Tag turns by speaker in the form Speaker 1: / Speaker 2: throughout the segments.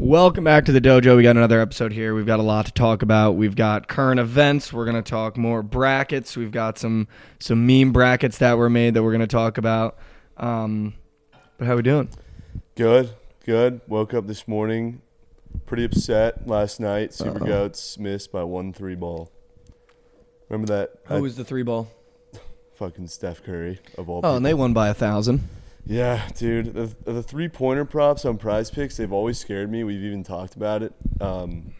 Speaker 1: Welcome back to the dojo. We got another episode here. We've got a lot to talk about. We've got current events. We're gonna talk more brackets. We've got some some meme brackets that were made that we're gonna talk about. Um, but how we doing?
Speaker 2: Good, good. Woke up this morning, pretty upset last night. Super Goats missed by one three ball. Remember that? I-
Speaker 1: Who was the three ball?
Speaker 2: fucking Steph Curry of all
Speaker 1: Oh,
Speaker 2: people?
Speaker 1: and they won by a thousand.
Speaker 2: Yeah, dude. The, the three pointer props on Prize Picks they've always scared me. We've even talked about it. Um,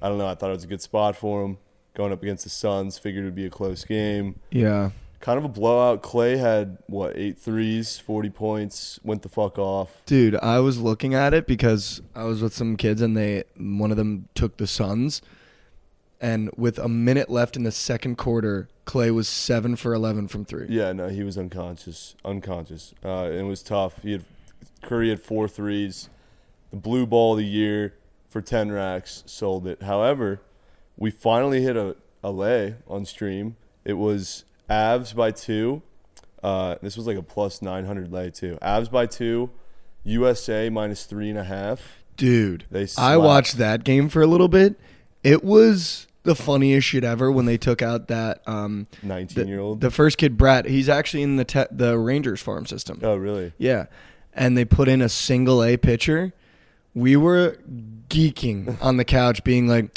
Speaker 2: I don't know. I thought it was a good spot for them going up against the Suns. Figured it would be a close game.
Speaker 1: Yeah,
Speaker 2: Kind of a blowout. Clay had what eight threes, forty points. Went the fuck off.
Speaker 1: dude. I was looking at it because I was with some kids and they one of them took the Suns, and with a minute left in the second quarter, Clay was seven for eleven from three.
Speaker 2: Yeah, no, he was unconscious, unconscious. Uh, it was tough. He had Curry had four threes, the blue ball of the year for ten racks, sold it. However, we finally hit a, a lay on stream. It was Avs by two. Uh, this was like a plus nine hundred lay too. Avs by two, USA minus three and a half.
Speaker 1: Dude,
Speaker 2: They
Speaker 1: I
Speaker 2: slapped.
Speaker 1: watched that game for a little bit. It was the funniest shit ever when they took out that um
Speaker 2: Nineteen year
Speaker 1: the,
Speaker 2: old.
Speaker 1: the first kid Brad. He's actually in the te- the Rangers farm system.
Speaker 2: Oh really?
Speaker 1: Yeah, and they put in a single A pitcher. We were geeking on the couch, being like,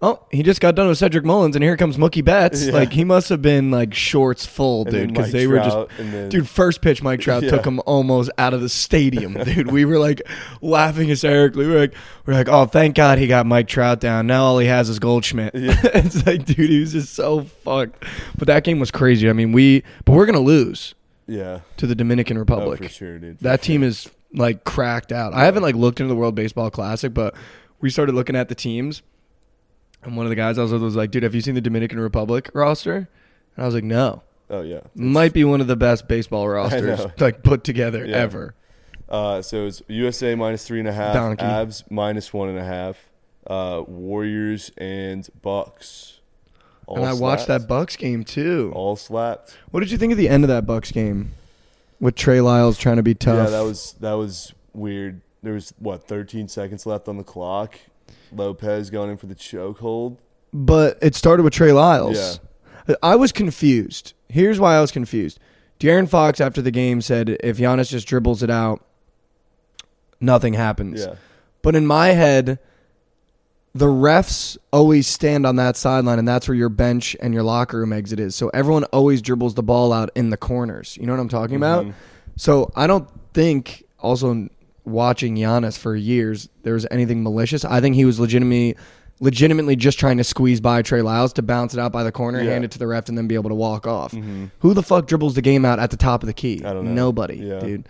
Speaker 1: "Oh, he just got done with Cedric Mullins, and here comes Mookie Betts.
Speaker 2: Yeah.
Speaker 1: Like he must have been like shorts full,
Speaker 2: And
Speaker 1: dude,
Speaker 2: then
Speaker 1: because
Speaker 2: Mike
Speaker 1: they were
Speaker 2: Trout,
Speaker 1: just
Speaker 2: and then-
Speaker 1: dude. First pitch, Mike Trout
Speaker 2: Yeah.
Speaker 1: took him almost out of the stadium, dude. We were like laughing hysterically. We were like, we are like, oh, thank God he got Mike Trout down. Now all he has is Goldschmidt. it's like, dude, he was just so fucked. But that game was crazy. I mean, we, but we're gonna lose
Speaker 2: Yeah.
Speaker 1: to the Dominican
Speaker 2: Oh,
Speaker 1: Republic.
Speaker 2: for sure, dude.
Speaker 1: That team is like cracked out. I haven't like looked into the World Baseball Classic, but we started looking at the teams, and one of the guys I was with was like, "Dude, have you seen the Dominican Republic roster?" And I was like, "No."
Speaker 2: Oh yeah.
Speaker 1: Might be one of the best baseball rosters
Speaker 2: know.
Speaker 1: like put together
Speaker 2: Yeah.
Speaker 1: ever.
Speaker 2: Uh, so it's USA minus three and a half,
Speaker 1: Donkey.
Speaker 2: Avs minus one and a half, uh, Warriors and Bucks. All
Speaker 1: and I watched
Speaker 2: slapped.
Speaker 1: that Bucks game too.
Speaker 2: All slapped.
Speaker 1: What did you think of the end of that Bucks game with Trey Lyles trying to be tough?
Speaker 2: Yeah, that was that was weird. There was what 13 seconds left on the clock. Lopez going in for the chokehold.
Speaker 1: but it started with Trey Lyles. I was confused. Here's why I was confused. De'Aaron Fox after the game said, if Giannis just dribbles it out, nothing happens.
Speaker 2: Yeah,
Speaker 1: But in my head, the refs always stand on that sideline, and that's where your bench and your locker room exit is. So everyone always dribbles the ball out in the corners. You know what I'm talking
Speaker 2: Mm-hmm.
Speaker 1: about? So I don't think, also watching Giannis for years, there was anything malicious. I think he was legitimately. Legitimately, just trying to squeeze by Trey Lyles to bounce it out by the corner,
Speaker 2: Yeah. Mm-hmm.
Speaker 1: hand it to the ref, and then be able to walk off. Who the fuck dribbles the game out at the top of the key?
Speaker 2: I don't know.
Speaker 1: Nobody,
Speaker 2: Yeah.
Speaker 1: dude.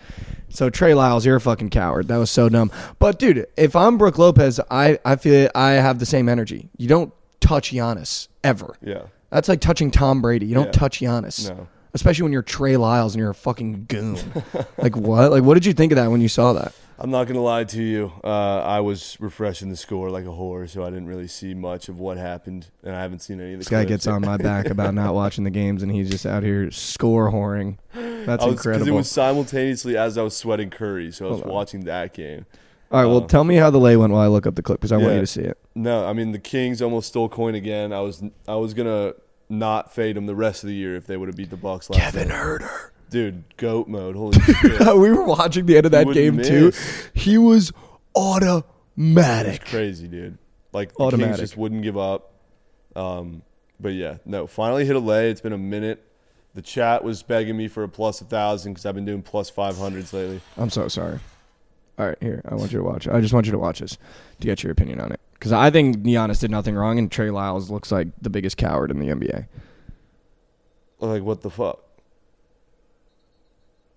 Speaker 1: So Trey Lyles, you're a fucking coward. That was so dumb. But dude, if I'm Brooke Lopez, I I feel I have the same energy. You don't touch Giannis ever.
Speaker 2: yeah.
Speaker 1: That's like touching Tom Brady. You don't
Speaker 2: Yeah.
Speaker 1: touch Giannis.
Speaker 2: No.
Speaker 1: Especially when you're Trey Lyles and you're a fucking goon. like what? Like what did you think of that when you saw that?
Speaker 2: I'm not gonna lie to you. Uh, I was refreshing the score like a whore, so I didn't really see much of what happened, and I haven't seen any of the.
Speaker 1: This guy
Speaker 2: clips.
Speaker 1: gets on my back about not watching the games and he's just out here score whoring. That's
Speaker 2: I was- 'cause
Speaker 1: incredible.
Speaker 2: It was simultaneously as I was sweating Curry, so I was watching that game.
Speaker 1: All right, well tell me how the lay went while I look up the clip because I want
Speaker 2: Yeah.
Speaker 1: you to see it.
Speaker 2: No, I mean the Kings almost stole coin again. I was I was gonna not fade them the rest of the year if they would have beat the Bucks last
Speaker 1: Kevin
Speaker 2: night.
Speaker 1: Herder.
Speaker 2: Dude, goat mode. Holy shit,
Speaker 1: we were watching the end of that
Speaker 2: would
Speaker 1: game
Speaker 2: miss.
Speaker 1: too. He was automatic.
Speaker 2: crazy, dude. Like the
Speaker 1: Automatic.
Speaker 2: Kings just wouldn't give up. Um, but yeah, no. Finally hit a lay. It's been a minute. The chat was begging me for a plus a thousand because I've been doing plus five hundreds lately.
Speaker 1: I'm so sorry. All right, here. I want you to watch. I just want you to watch this to get your opinion on it. Because I think Giannis did nothing wrong, and Trey Lyles looks like the biggest coward in the NBA.
Speaker 2: Like what the fuck?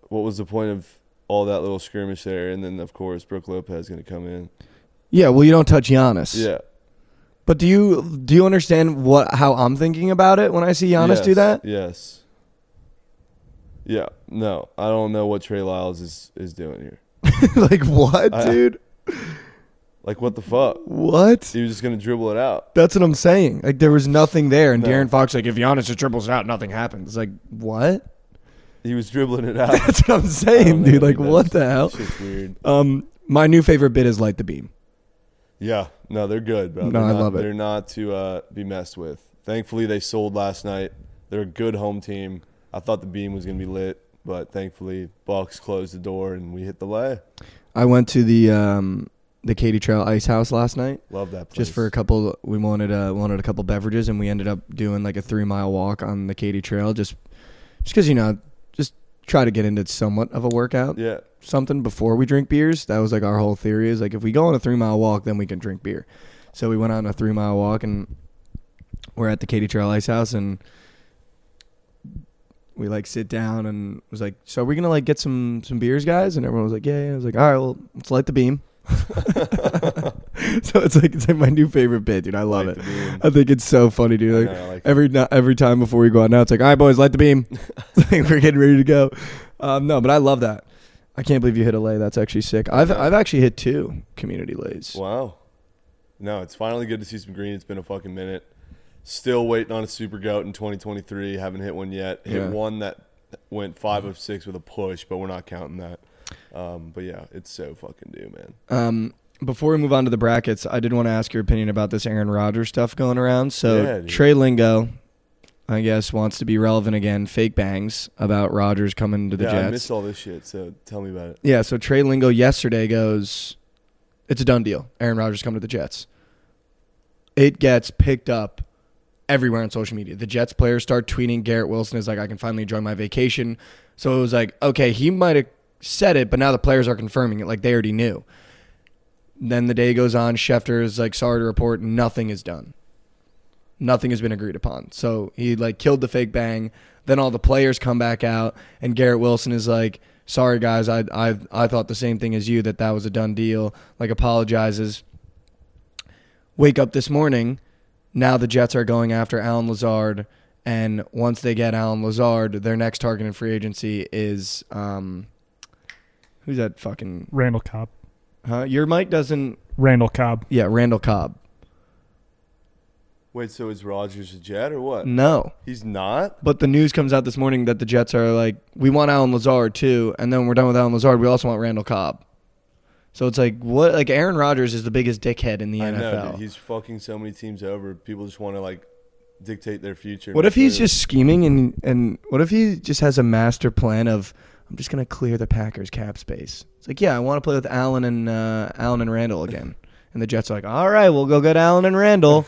Speaker 2: What was the point of all that little skirmish there? And then of course Brooke Lopez gonna come in.
Speaker 1: Yeah, well, you don't touch Giannis.
Speaker 2: Yeah.
Speaker 1: But do you do you understand what how I'm thinking about it when I see Giannis
Speaker 2: yes,
Speaker 1: do that?
Speaker 2: Yes. Yeah. No, I don't know what Trey Lyles is is doing here.
Speaker 1: like what,
Speaker 2: I-
Speaker 1: dude?
Speaker 2: Like, what the fuck?
Speaker 1: What?
Speaker 2: He was just gonna dribble it out.
Speaker 1: That's what I'm saying. Like there was nothing there, and
Speaker 2: No.
Speaker 1: Darren Fox like if Giannis just dribbles out, nothing happens. Like what?
Speaker 2: He was dribbling it out.
Speaker 1: That's what I'm
Speaker 2: I don't
Speaker 1: saying,
Speaker 2: know
Speaker 1: dude.
Speaker 2: what he
Speaker 1: Like what
Speaker 2: does.
Speaker 1: the hell?
Speaker 2: Shit's weird.
Speaker 1: Um, my new favorite bit is light the beam.
Speaker 2: Yeah, no, they're good, bro.
Speaker 1: No,
Speaker 2: they're
Speaker 1: I
Speaker 2: not,
Speaker 1: love it.
Speaker 2: They're not to uh, be messed with. Thankfully, they sold last night. They're a good home team. I thought the beam was gonna be lit, but thankfully, Bucks closed the door and we hit the lay.
Speaker 1: I went to the um, the Katy Trail Ice House last night
Speaker 2: Love that. Place.
Speaker 1: just for a couple. We wanted uh, wanted a couple beverages, and we ended up doing like a three mile walk on the Katy Trail just just because you know just try to get into somewhat of a workout
Speaker 2: yeah,
Speaker 1: something before we drink beers. That was like our whole theory is like if we go on a three mile walk, then we can drink beer. So we went on a three mile walk and we're at the Katy Trail Ice House and we like sit down and was like, so are we gonna like get some some beers, guys? And everyone was like, yeah. yeah. I was like, all right, well, let's light the beam. so it's like it's like my new favorite bit, dude. I love
Speaker 2: Like
Speaker 1: it.
Speaker 2: the beam.
Speaker 1: I think it's so funny, dude. Like,
Speaker 2: Yeah, I like
Speaker 1: every no- every time before we go out now, it's like, all right, boys, light the beam. It's like we're getting ready to go. Um, no, but I love that. I can't believe you hit a lay. That's actually sick. I've
Speaker 2: Yeah.
Speaker 1: I've actually hit two community lays.
Speaker 2: Wow. No, it's finally good to see some green. It's been a fucking minute. Still waiting on a super goat in 2023. Haven't hit one yet. Hit
Speaker 1: Yeah.
Speaker 2: one that went five of six with a push, but we're not counting that. Um, but yeah, it's so fucking due, man.
Speaker 1: Um, before we move on to the brackets, I did want to ask your opinion about this Aaron Rodgers stuff going around. So
Speaker 2: Yeah, dude.
Speaker 1: Trey Lingo, I guess, wants to be relevant again. Fake bangs about Rodgers coming to the
Speaker 2: yeah, I
Speaker 1: Jets.
Speaker 2: missed all this shit. So tell me about it.
Speaker 1: Yeah, so Trey Lingo yesterday goes, it's a done deal. Aaron Rodgers coming to the Jets. It gets picked up everywhere on social media. The Jets players start tweeting. Garrett Wilson is like, I can finally enjoy my vacation. So it was like, okay, he might have said it, but now the players are confirming it. Like they already knew. Then the day goes on. Schefter is like, sorry to report, nothing is done. Nothing has been agreed upon. So he like killed the fake bang. Then all the players come back out, and Garrett Wilson is like, sorry guys, I I I thought the same thing as you that that was a done deal. Like apologizes. Wake up this morning. Now the Jets are going after Alan Lazard, and once they get Alan Lazard, their next target in free agency is um, who's that fucking?
Speaker 3: Randall Cobb.
Speaker 1: Huh? Your mic doesn't
Speaker 3: Randall Cobb.
Speaker 1: yeah, Randall Cobb.
Speaker 2: Wait, so is Rogers a Jet or what?
Speaker 1: No.
Speaker 2: He's not?
Speaker 1: But the news comes out this morning that the Jets are like, we want Alan Lazard too, and then we're done with Alan Lazard. We also want Randall Cobb. So it's like what? Like Aaron Rodgers is the biggest dickhead in the
Speaker 2: I
Speaker 1: NFL.
Speaker 2: know, dude. He's fucking so many teams over. People just want to like dictate their future.
Speaker 1: what if he's
Speaker 2: Like,
Speaker 1: just scheming and and what if he just has a master plan of I'm just gonna clear the Packers cap space. It's like yeah, I want to play with Allen and uh, Allen and Randall again. And the Jets are like, all right, we'll go get Allen and Randall,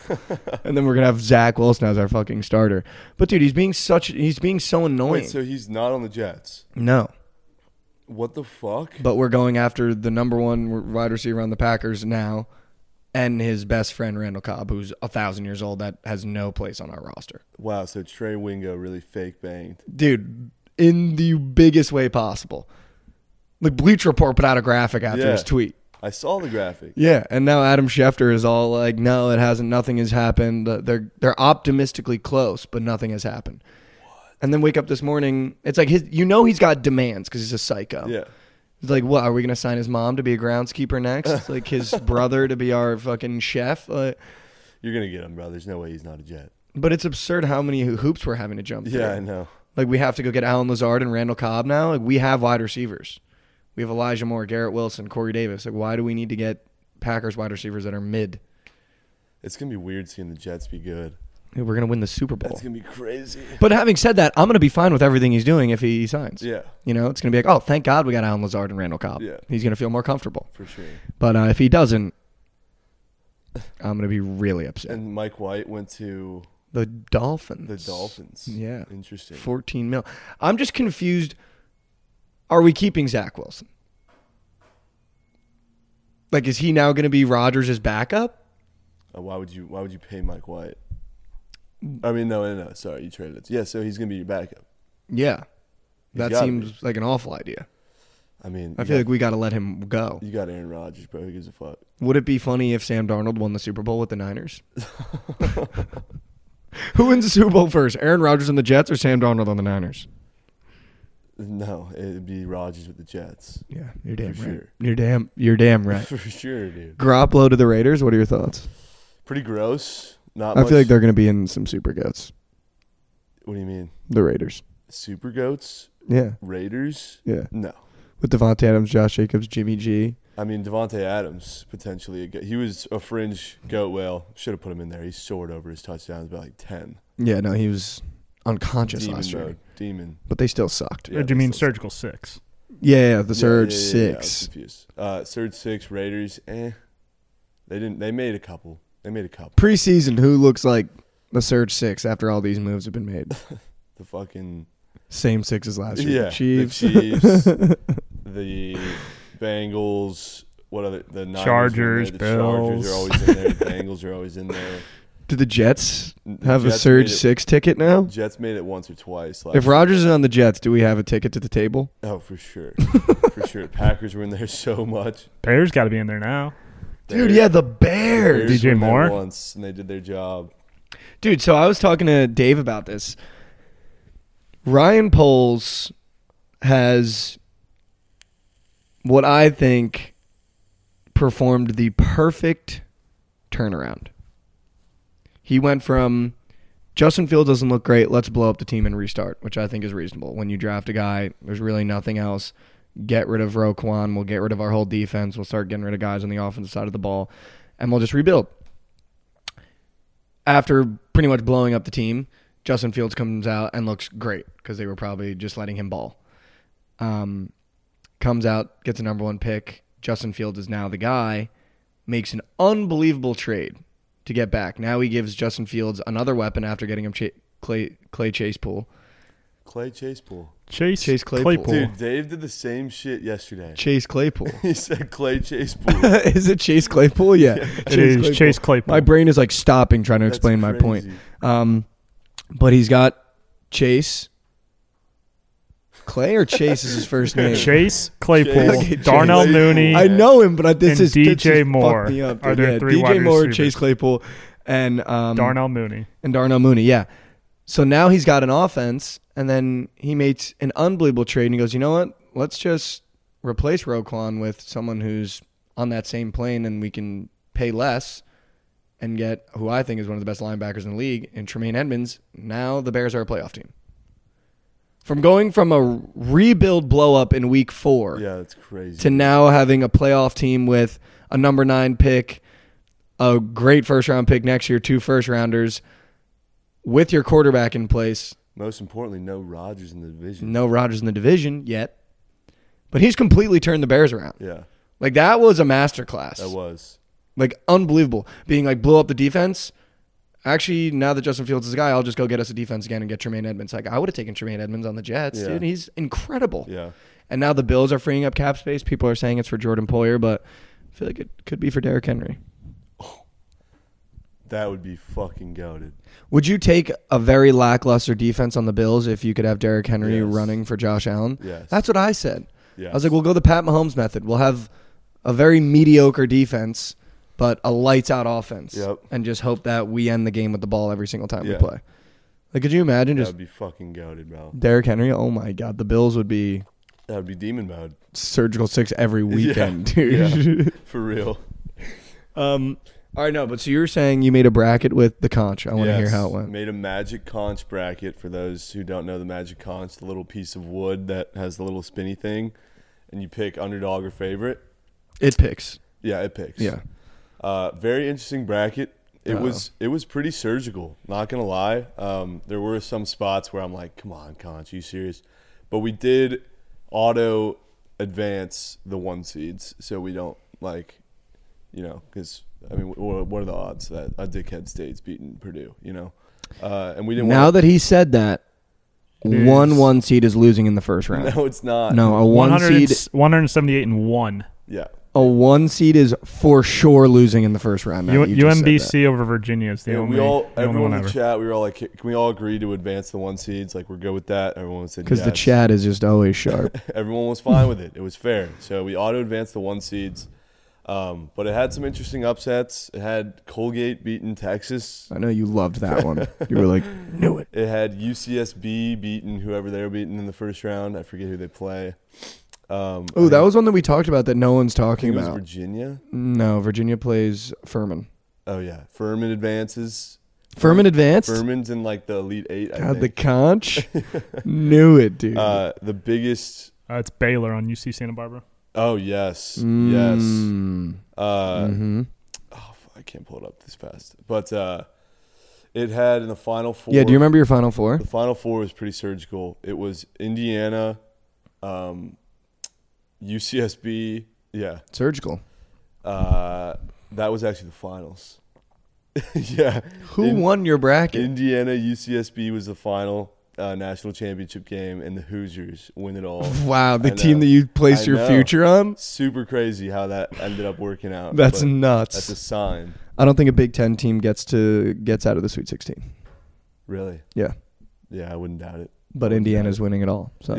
Speaker 1: and then we're gonna have Zach Wilson as our fucking starter. But dude, he's being such he's being so annoying.
Speaker 2: Wait, so he's not on the Jets.
Speaker 1: no,
Speaker 2: What the fuck?
Speaker 1: but we're going after the number one wide receiver on the Packers now, and his best friend Randall Cobb, who's a thousand years old that has no place on our roster.
Speaker 2: Wow, so Trey Wingo really fake banged.
Speaker 1: dude, in the biggest way possible. Like Bleach Report put out a graphic after
Speaker 2: Yeah.
Speaker 1: his tweet.
Speaker 2: I saw the graphic.
Speaker 1: Yeah, and now Adam Schefter is all like, "No, it hasn't. Nothing has happened. Uh, They're they're optimistically close, but nothing has happened." And then wake up this morning, it's like his. You know he's got demands because he's a psycho.
Speaker 2: Yeah.
Speaker 1: It's like, what are we gonna sign his mom to be a groundskeeper next? like his brother to be our fucking chef. Like,
Speaker 2: You're gonna get him, bro. There's no way he's not a jet.
Speaker 1: but it's absurd how many hoops we're having to jump. through.
Speaker 2: Yeah, I know.
Speaker 1: Like we have to go get Alan Lazard and Randall Cobb now. Like we have wide receivers. We have Elijah Moore, Garrett Wilson, Corey Davis. Like why do we need to get Packers wide receivers that are mid?
Speaker 2: It's gonna be weird seeing the Jets be good.
Speaker 1: Dude, We're gonna win the Super Bowl.
Speaker 2: That's gonna be crazy.
Speaker 1: But having said that, I'm gonna be fine with everything he's doing if he signs.
Speaker 2: Yeah,
Speaker 1: You know, it's gonna be like, oh, thank God we got Alan Lazard and Randall Cobb.
Speaker 2: Yeah.
Speaker 1: He's gonna feel more comfortable.
Speaker 2: for sure.
Speaker 1: But uh, if he doesn't, I'm gonna be really upset.
Speaker 2: And Mike White went to
Speaker 1: The Dolphins.
Speaker 2: the Dolphins.
Speaker 1: Yeah.
Speaker 2: Interesting.
Speaker 1: 14 mil. I'm just confused. Are we keeping Zach Wilson? Like, is he now going to be Rodgers' backup?
Speaker 2: Uh, why would you why would you pay Mike White? I mean no no no, sorry, you traded it. Yeah, so he's gonna be your backup.
Speaker 1: Yeah.
Speaker 2: You
Speaker 1: That
Speaker 2: gotta
Speaker 1: seems
Speaker 2: be.
Speaker 1: like an awful idea.
Speaker 2: I mean
Speaker 1: I
Speaker 2: you
Speaker 1: feel
Speaker 2: got,
Speaker 1: like we got to let him go.
Speaker 2: you got Aaron Rodgers, bro. Who gives a fuck?
Speaker 1: Would it be funny if Sam Darnold won the Super Bowl with the Niners? Who wins the Super Bowl first, Aaron Rodgers and the Jets or Sam Darnold on the Niners?
Speaker 2: No, it'd be Rodgers with the Jets.
Speaker 1: Yeah, you're damn
Speaker 2: For
Speaker 1: right.
Speaker 2: sure.
Speaker 1: You're damn you're damn right.
Speaker 2: for sure, dude.
Speaker 1: Garoppolo to the Raiders, what are your thoughts?
Speaker 2: Pretty gross. Not
Speaker 1: I
Speaker 2: much.
Speaker 1: feel like they're going to be in some super goats.
Speaker 2: what do you mean?
Speaker 1: The Raiders.
Speaker 2: Super goats?
Speaker 1: Yeah.
Speaker 2: Raiders?
Speaker 1: Yeah.
Speaker 2: No.
Speaker 1: with Devontae Adams, Josh Jacobs, Jimmy G,
Speaker 2: I mean, Devonte Adams potentially. a g- He was a fringe goat whale. Should have put him in there. He soared over his touchdowns by like ten.
Speaker 1: Yeah, no, he was unconscious
Speaker 2: Demon
Speaker 1: last year,
Speaker 2: mode. Demon.
Speaker 1: but they still sucked.
Speaker 2: Yeah,
Speaker 1: Yeah,
Speaker 3: or do you mean
Speaker 2: that's-
Speaker 3: surgical six?
Speaker 1: yeah, the surge
Speaker 2: Yeah, yeah, yeah, yeah, I was
Speaker 1: six.
Speaker 2: confused. Uh, surge six. Raiders. Eh. They didn't. They made a couple. They made a couple.
Speaker 1: Preseason, who looks like the surge six after all these moves have been made?
Speaker 2: The fucking
Speaker 1: Same six as last year.
Speaker 2: yeah.
Speaker 1: Chiefs.
Speaker 2: The Chiefs. the Bengals. What other the Niners were in there,
Speaker 3: Chargers,
Speaker 2: The Chargers
Speaker 3: Bills.
Speaker 2: are always in there. The Bengals are always in there.
Speaker 1: Do the Jets
Speaker 2: The
Speaker 1: have a
Speaker 2: Jets
Speaker 1: surge
Speaker 2: made it-
Speaker 1: six ticket now?
Speaker 2: Jets made it once or twice. Last
Speaker 1: If Rogers is on the Jets, do we have a ticket to the table?
Speaker 2: Oh, for sure. for sure. Packers were in there so much.
Speaker 3: Bears got to be in there now.
Speaker 1: Dude,
Speaker 2: Bears-
Speaker 1: yeah, the
Speaker 2: Bears
Speaker 1: Bears.
Speaker 3: DJ
Speaker 2: were in there
Speaker 3: Moore?
Speaker 2: Once, and they did their job.
Speaker 1: Dude, so I was talking to Dave about this. Ryan Poles has what I think performed the perfect turnaround. He went from Justin Fields doesn't look great, let's blow up the team and restart, which I think is reasonable. When you draft a guy, there's really nothing else. Get rid of Roquan, we'll get rid of our whole defense, we'll start getting rid of guys on the offensive side of the ball, and we'll just rebuild after pretty much blowing up the team, Justin Fields comes out and looks great because they were probably just letting him ball. Um, comes out, gets a number one pick. Justin Fields is now the guy. Makes an unbelievable trade to get back. Now he gives Justin Fields another weapon after getting him Cha- Clay Clay Chase pool.
Speaker 2: Clay Chase Pool.
Speaker 3: Chase,
Speaker 1: Chase Claypool.
Speaker 3: Claypool.
Speaker 2: Dude, Dave did the same shit yesterday.
Speaker 1: Chase Claypool.
Speaker 2: He said Clay Chase Pool.
Speaker 1: is it Chase Claypool? Yeah,
Speaker 3: It is Chase Claypool.
Speaker 1: My brain is like stopping trying to
Speaker 2: That's
Speaker 1: explain my point.
Speaker 2: crazy.
Speaker 1: Um, but he's got Chase. Clay or Chase is his first name.
Speaker 3: Chase Claypool,
Speaker 1: Chase
Speaker 3: Darnell
Speaker 2: Claypool.
Speaker 3: Mooney,
Speaker 1: I know him, but I, this
Speaker 3: And
Speaker 1: is this
Speaker 3: DJ
Speaker 1: just
Speaker 3: Moore.
Speaker 1: fucked Me up, dude.
Speaker 3: Are there
Speaker 1: Yeah,
Speaker 3: three
Speaker 1: DJ
Speaker 3: wide
Speaker 1: Moore,
Speaker 3: receivers?
Speaker 1: Chase Claypool, and um,
Speaker 3: Darnell Mooney.
Speaker 1: and Darnell Mooney. Yeah. So now he's got an offense, and then he makes an unbelievable trade, and he goes, you know what? Let's just replace Roquan with someone who's on that same plane, and we can pay less and get who I think is one of the best linebackers in the league, and Tremaine Edmonds. Now the Bears are a playoff team. From going from a rebuild blow up in week four
Speaker 2: Yeah, that's crazy.
Speaker 1: to now having a playoff team with a number nine pick, a great first round pick next year, two first rounders, with your quarterback in place.
Speaker 2: Most importantly, no Rodgers in the division.
Speaker 1: No Rodgers in the division yet, but he's completely turned the Bears around.
Speaker 2: Yeah,
Speaker 1: Like that was a masterclass.
Speaker 2: that was.
Speaker 1: Like unbelievable. Being like blew up the defense. Actually, now that Justin Fields is the guy, I'll just go get us a defense again and get Tremaine Edmonds. Like I would have taken Tremaine Edmonds on the Jets,
Speaker 2: Yeah.
Speaker 1: dude. He's incredible.
Speaker 2: Yeah.
Speaker 1: And now the Bills are freeing up cap space. People are saying it's for Jordan Poyer, but I feel like it could be for Derrick Henry.
Speaker 2: That would be fucking goaded.
Speaker 1: Would you take a very lackluster defense on the Bills if you could have Derrick Henry
Speaker 2: Yes.
Speaker 1: running for Josh Allen?
Speaker 2: Yes.
Speaker 1: That's what I said.
Speaker 2: Yeah.
Speaker 1: I was like, we'll go the Pat Mahomes method. We'll have a very mediocre defense, but a lights out offense.
Speaker 2: Yep.
Speaker 1: And just hope that we end the game with the ball every single time we
Speaker 2: Yeah.
Speaker 1: play. Like, could you imagine
Speaker 2: that
Speaker 1: just
Speaker 2: would be fucking goaded, bro.
Speaker 1: Derrick Henry? Oh my God. The Bills would be
Speaker 2: That would be demon mode.
Speaker 1: surgical six every
Speaker 2: Yeah,
Speaker 1: weekend, dude.
Speaker 2: yeah, for real.
Speaker 1: Um, all right, no, but so you were saying you made a bracket with the conch. I want to hear
Speaker 2: Yes.
Speaker 1: how it went.
Speaker 2: Made a magic conch bracket for those who don't know the magic conch, the little piece of wood that has the little spinny thing, and you pick underdog or favorite.
Speaker 1: It picks.
Speaker 2: Yeah, it picks.
Speaker 1: Yeah.
Speaker 2: Uh, very interesting bracket. It
Speaker 1: Uh-oh.
Speaker 2: was it was pretty surgical. Not gonna lie. Um, there were some spots where I'm like, come on, conch, you serious? But we did auto advance the one seeds, so we don't like, you know, because I mean, wh- wh- what are the odds that a dickhead state's beating Purdue? You know, uh, and we didn't.
Speaker 1: Now that he said that,
Speaker 3: It
Speaker 1: one
Speaker 3: is.
Speaker 1: one seed is losing in the first round.
Speaker 2: no, it's not.
Speaker 1: No, a one
Speaker 3: 100
Speaker 1: seed, Ah,
Speaker 3: 178 and one.
Speaker 2: Yeah.
Speaker 1: a one seed is for sure losing in the first round. Now
Speaker 3: U-
Speaker 1: that you just said that.
Speaker 3: UMBC over Virginia is the
Speaker 2: Yeah,
Speaker 3: only,
Speaker 2: we all,
Speaker 3: the only
Speaker 2: everyone
Speaker 3: one
Speaker 2: in the
Speaker 3: ever.
Speaker 2: chat, we were all like, can we all agree to advance the one seeds? Like, we're good with that. Everyone said
Speaker 1: because the
Speaker 2: yes.
Speaker 1: chat is just always sharp.
Speaker 2: everyone was fine with it. It was fair. So we auto advanced the one seeds. Um, but it had some interesting upsets. It had Colgate beating Texas.
Speaker 1: I know you loved that one. You were like, knew it.
Speaker 2: It had UCSB beating whoever they were beating in the first round. I forget who they play. Um,
Speaker 1: Oh, that
Speaker 2: I
Speaker 1: was one that we talked about that no one's
Speaker 2: think
Speaker 1: talking
Speaker 2: it was
Speaker 1: about.
Speaker 2: Virginia.
Speaker 1: no, Virginia plays Furman.
Speaker 2: Oh yeah, Furman advances.
Speaker 1: Furman advanced.
Speaker 2: Furman's in like the elite eight. I
Speaker 1: God, the
Speaker 2: think.
Speaker 1: conch knew it, dude.
Speaker 2: uh, the biggest
Speaker 3: Uh, it's Baylor on UC Santa Barbara.
Speaker 2: Oh yes, yes.
Speaker 1: Mm.
Speaker 2: Uh,
Speaker 1: Mhm.
Speaker 2: oh, f- I can't pull it up this fast, but uh, it had in the final four.
Speaker 1: Yeah, do you remember your final four?
Speaker 2: The final four was pretty surgical. It was Indiana, um, UCSB. Yeah,
Speaker 1: Surgical.
Speaker 2: uh, that was actually the finals. yeah,
Speaker 1: Who
Speaker 2: In-
Speaker 1: won your bracket?
Speaker 2: Indiana UCSB was the final uh, national championship game, and the Hoosiers win it all.
Speaker 1: wow, the
Speaker 2: Oh, I
Speaker 1: team
Speaker 2: know.
Speaker 1: that you placed
Speaker 2: I
Speaker 1: your
Speaker 2: know.
Speaker 1: future on?
Speaker 2: Super crazy how that ended up working out.
Speaker 1: That's
Speaker 2: but
Speaker 1: nuts.
Speaker 2: that's a sign,
Speaker 1: I don't think a Big Ten team gets to gets out of the Sweet 16.
Speaker 2: really.
Speaker 1: Yeah,
Speaker 2: Yeah, I wouldn't doubt it.
Speaker 1: but Indiana's winning it all. So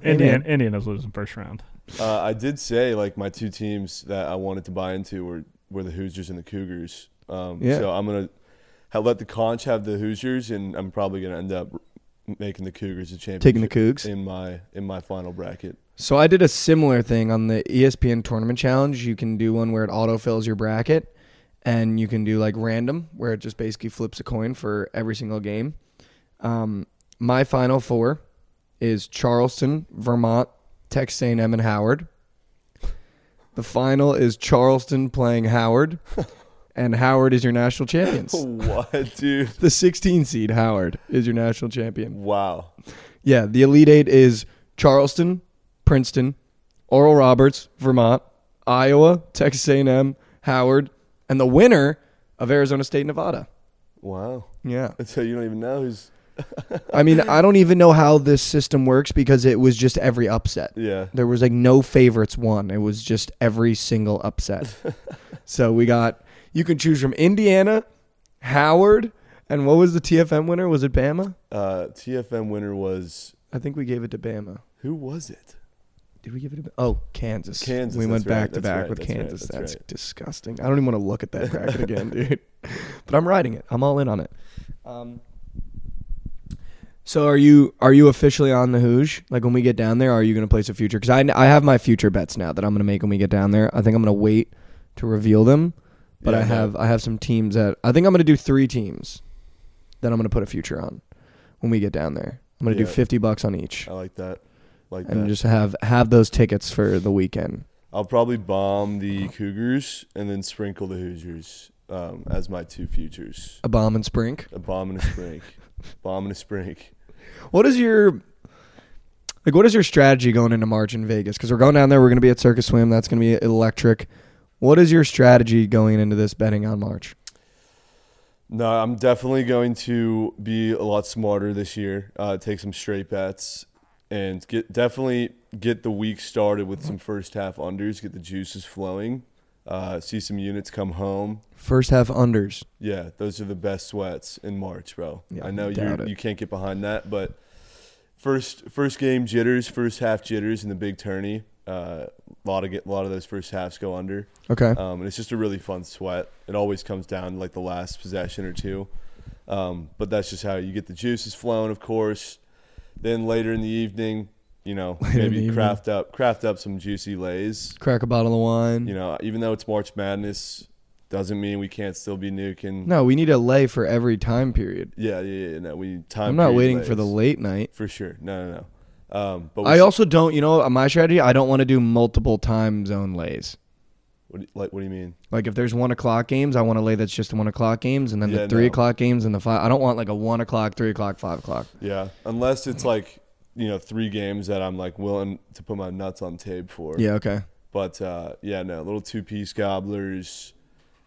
Speaker 1: Hey,
Speaker 3: Indiana,
Speaker 1: man.
Speaker 3: Indiana's losing first round.
Speaker 2: Uh, I did say like my two teams that I wanted to buy into were were the Hoosiers and the Cougars. Um,
Speaker 1: Yeah.
Speaker 2: So I'm gonna ha- let the conch have the Hoosiers, and I'm probably gonna end up making the Cougars a champion.
Speaker 1: taking the Cougs.
Speaker 2: in my in my final bracket.
Speaker 1: So I did a similar thing on the E ESPN tournament challenge. You can do one where it autofills your bracket and you can do like random where it just basically flips a coin for every single game. Um, my final four is Charleston, Vermont, Texas A&M and Howard. The final is Charleston playing Howard and Howard is your national champions.
Speaker 2: Oh. what, dude?
Speaker 1: The 16 seed Howard is your national champion.
Speaker 2: Wow.
Speaker 1: Yeah, the Elite Eight is Charleston, Princeton, Oral Roberts, Vermont, Iowa, Texas A&M, Howard, and the winner of Arizona State, Nevada.
Speaker 2: Wow.
Speaker 1: Yeah.
Speaker 2: And So you don't even know who's.
Speaker 1: I mean, I don't even know how this system works because it was just every upset.
Speaker 2: Yeah.
Speaker 1: There was like no favorites won. It was just every single upset. so we got you can choose from Indiana, Howard, and what was the TFM winner? Was it Bama?
Speaker 2: Uh, TFM winner was
Speaker 1: I think we gave it to Bama.
Speaker 2: who was it?
Speaker 1: Did we give it a Oh, Kansas.
Speaker 2: Kansas,
Speaker 1: We went
Speaker 2: that's right,
Speaker 1: back to
Speaker 2: that's
Speaker 1: back
Speaker 2: right,
Speaker 1: with
Speaker 2: that's right,
Speaker 1: Kansas.
Speaker 2: that's
Speaker 1: That's,
Speaker 2: right.
Speaker 1: disgusting. I don't even want to look at that bracket again, dude. But I'm riding it. I'm all in on it. Um, so are you are you officially on the Hooge? Like when we get down there, are you going to place a future? Because I I have my future bets now that I'm going to make when we get down there. I think I'm going to wait to reveal them. But
Speaker 2: Yeah,
Speaker 1: I
Speaker 2: no.
Speaker 1: have I have some teams that I think I'm going to do three teams that I'm going to put a future on when we get down there. I'm going to do
Speaker 2: Yeah.
Speaker 1: fifty bucks on each
Speaker 2: I like that. Like that.
Speaker 1: and just have have those tickets for the weekend.
Speaker 2: I'll probably bomb the Cougars and then sprinkle the Hoosiers um, as my two futures.
Speaker 1: A bomb and sprink.
Speaker 2: A bomb and a sprink. bomb and a sprink.
Speaker 1: What is your like? What is your strategy going into March in Vegas? Because we're going down there. We're going to be at Circus Swim. That's going to be electric. What is your strategy going into this betting on March?
Speaker 2: No, I'm definitely going to be a lot smarter this year. Uh, take some straight bets and get definitely get the week started with some first half unders. Get the juices flowing. Uh, see some units come home.
Speaker 1: First half unders.
Speaker 2: Yeah, those are the best sweats in March, bro.
Speaker 1: Yeah,
Speaker 2: I know you
Speaker 1: doubt it.
Speaker 2: you can't get behind that, but first first game jitters, first half jitters in the big tourney. Uh, a lot of get a lot of those first halves go under,
Speaker 1: Okay.
Speaker 2: um, and it's just a really fun sweat. It always comes down to like the last possession or two, um, but that's just how you get the juices flowing, of course. Then later in the evening, you know,
Speaker 1: in the
Speaker 2: maybe
Speaker 1: evening.
Speaker 2: craft up craft up some juicy lays
Speaker 1: Crack a bottle of wine.
Speaker 2: you know, even though it's March Madness, doesn't mean we can't still be nuking.
Speaker 1: no, we need a lay for every time period.
Speaker 2: Yeah, yeah, yeah. No, we time.
Speaker 1: I'm not
Speaker 2: period
Speaker 1: waiting for
Speaker 2: lays.
Speaker 1: the late night.
Speaker 2: for sure. No, no, no. Um, but
Speaker 1: I also don't. You know, my strategy. I don't want to do multiple time zone lays.
Speaker 2: what, do you- like what do you mean?
Speaker 1: Like if there's one o'clock games, I want to lay that's just the one o'clock games, and then
Speaker 2: Yeah,
Speaker 1: the three
Speaker 2: no.
Speaker 1: o'clock games and the five. I don't want like a one o'clock, three o'clock, five o'clock.
Speaker 2: Yeah, unless it's like you know three games that I'm like willing to put my nuts on tape for.
Speaker 1: Yeah, okay.
Speaker 2: But uh, yeah, no, little two piece gobblers,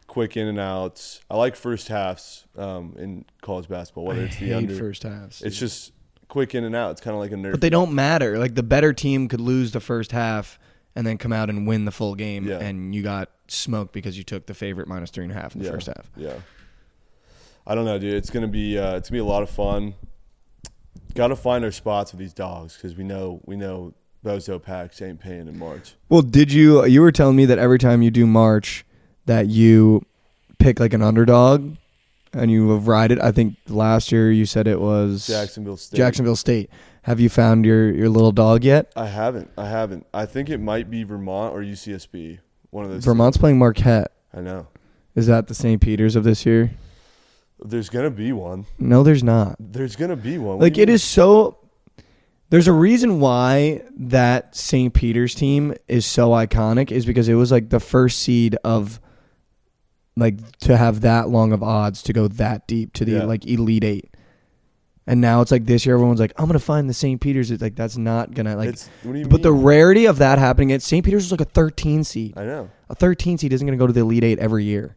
Speaker 2: quick in and outs. I like first halves um, in college basketball, whether it's the
Speaker 1: hate
Speaker 2: under.
Speaker 1: first halves.
Speaker 2: It's just quick in and out. It's kind of like a nerf.
Speaker 1: but they don't matter. Like the better team could lose the first half and then come out and win the full game,
Speaker 2: Yeah.
Speaker 1: and you got smoked because you took the favorite minus three and a half in the
Speaker 2: yeah.
Speaker 1: first half.
Speaker 2: Yeah. I don't know, dude. It's gonna be uh, it's gonna be a lot of fun. Got to find our spots with these dogs because we know we know Bozo Packs ain't paying in March.
Speaker 1: Well, did you? You were telling me that every time you do March, that you pick like an underdog, and you have ride it. I think last year you said it was
Speaker 2: Jacksonville State.
Speaker 1: Jacksonville State. Have you found your your little dog yet?
Speaker 2: I haven't. I haven't. I think it might be Vermont or UCSB. One of those.
Speaker 1: Vermont's playing Marquette.
Speaker 2: I know.
Speaker 1: Is that the St. Peter's of this year?
Speaker 2: There's gonna be one.
Speaker 1: No, there's not.
Speaker 2: There's gonna be one. What
Speaker 1: Like
Speaker 2: do you
Speaker 1: it
Speaker 2: mean?
Speaker 1: is so There's a reason why that St. Peter's team is so iconic is because it was like the first seed of like to have that long of odds to go that deep to the
Speaker 2: Yeah.
Speaker 1: like elite 8. And now it's like this year everyone's like I'm going to find the St. Peter's it's like that's not going to like
Speaker 2: it's, what do you
Speaker 1: but the
Speaker 2: mean?
Speaker 1: rarity of that happening at St. Peter's was like a 13 seed.
Speaker 2: I know.
Speaker 1: A 13 seed isn't going to go to the elite 8 every year.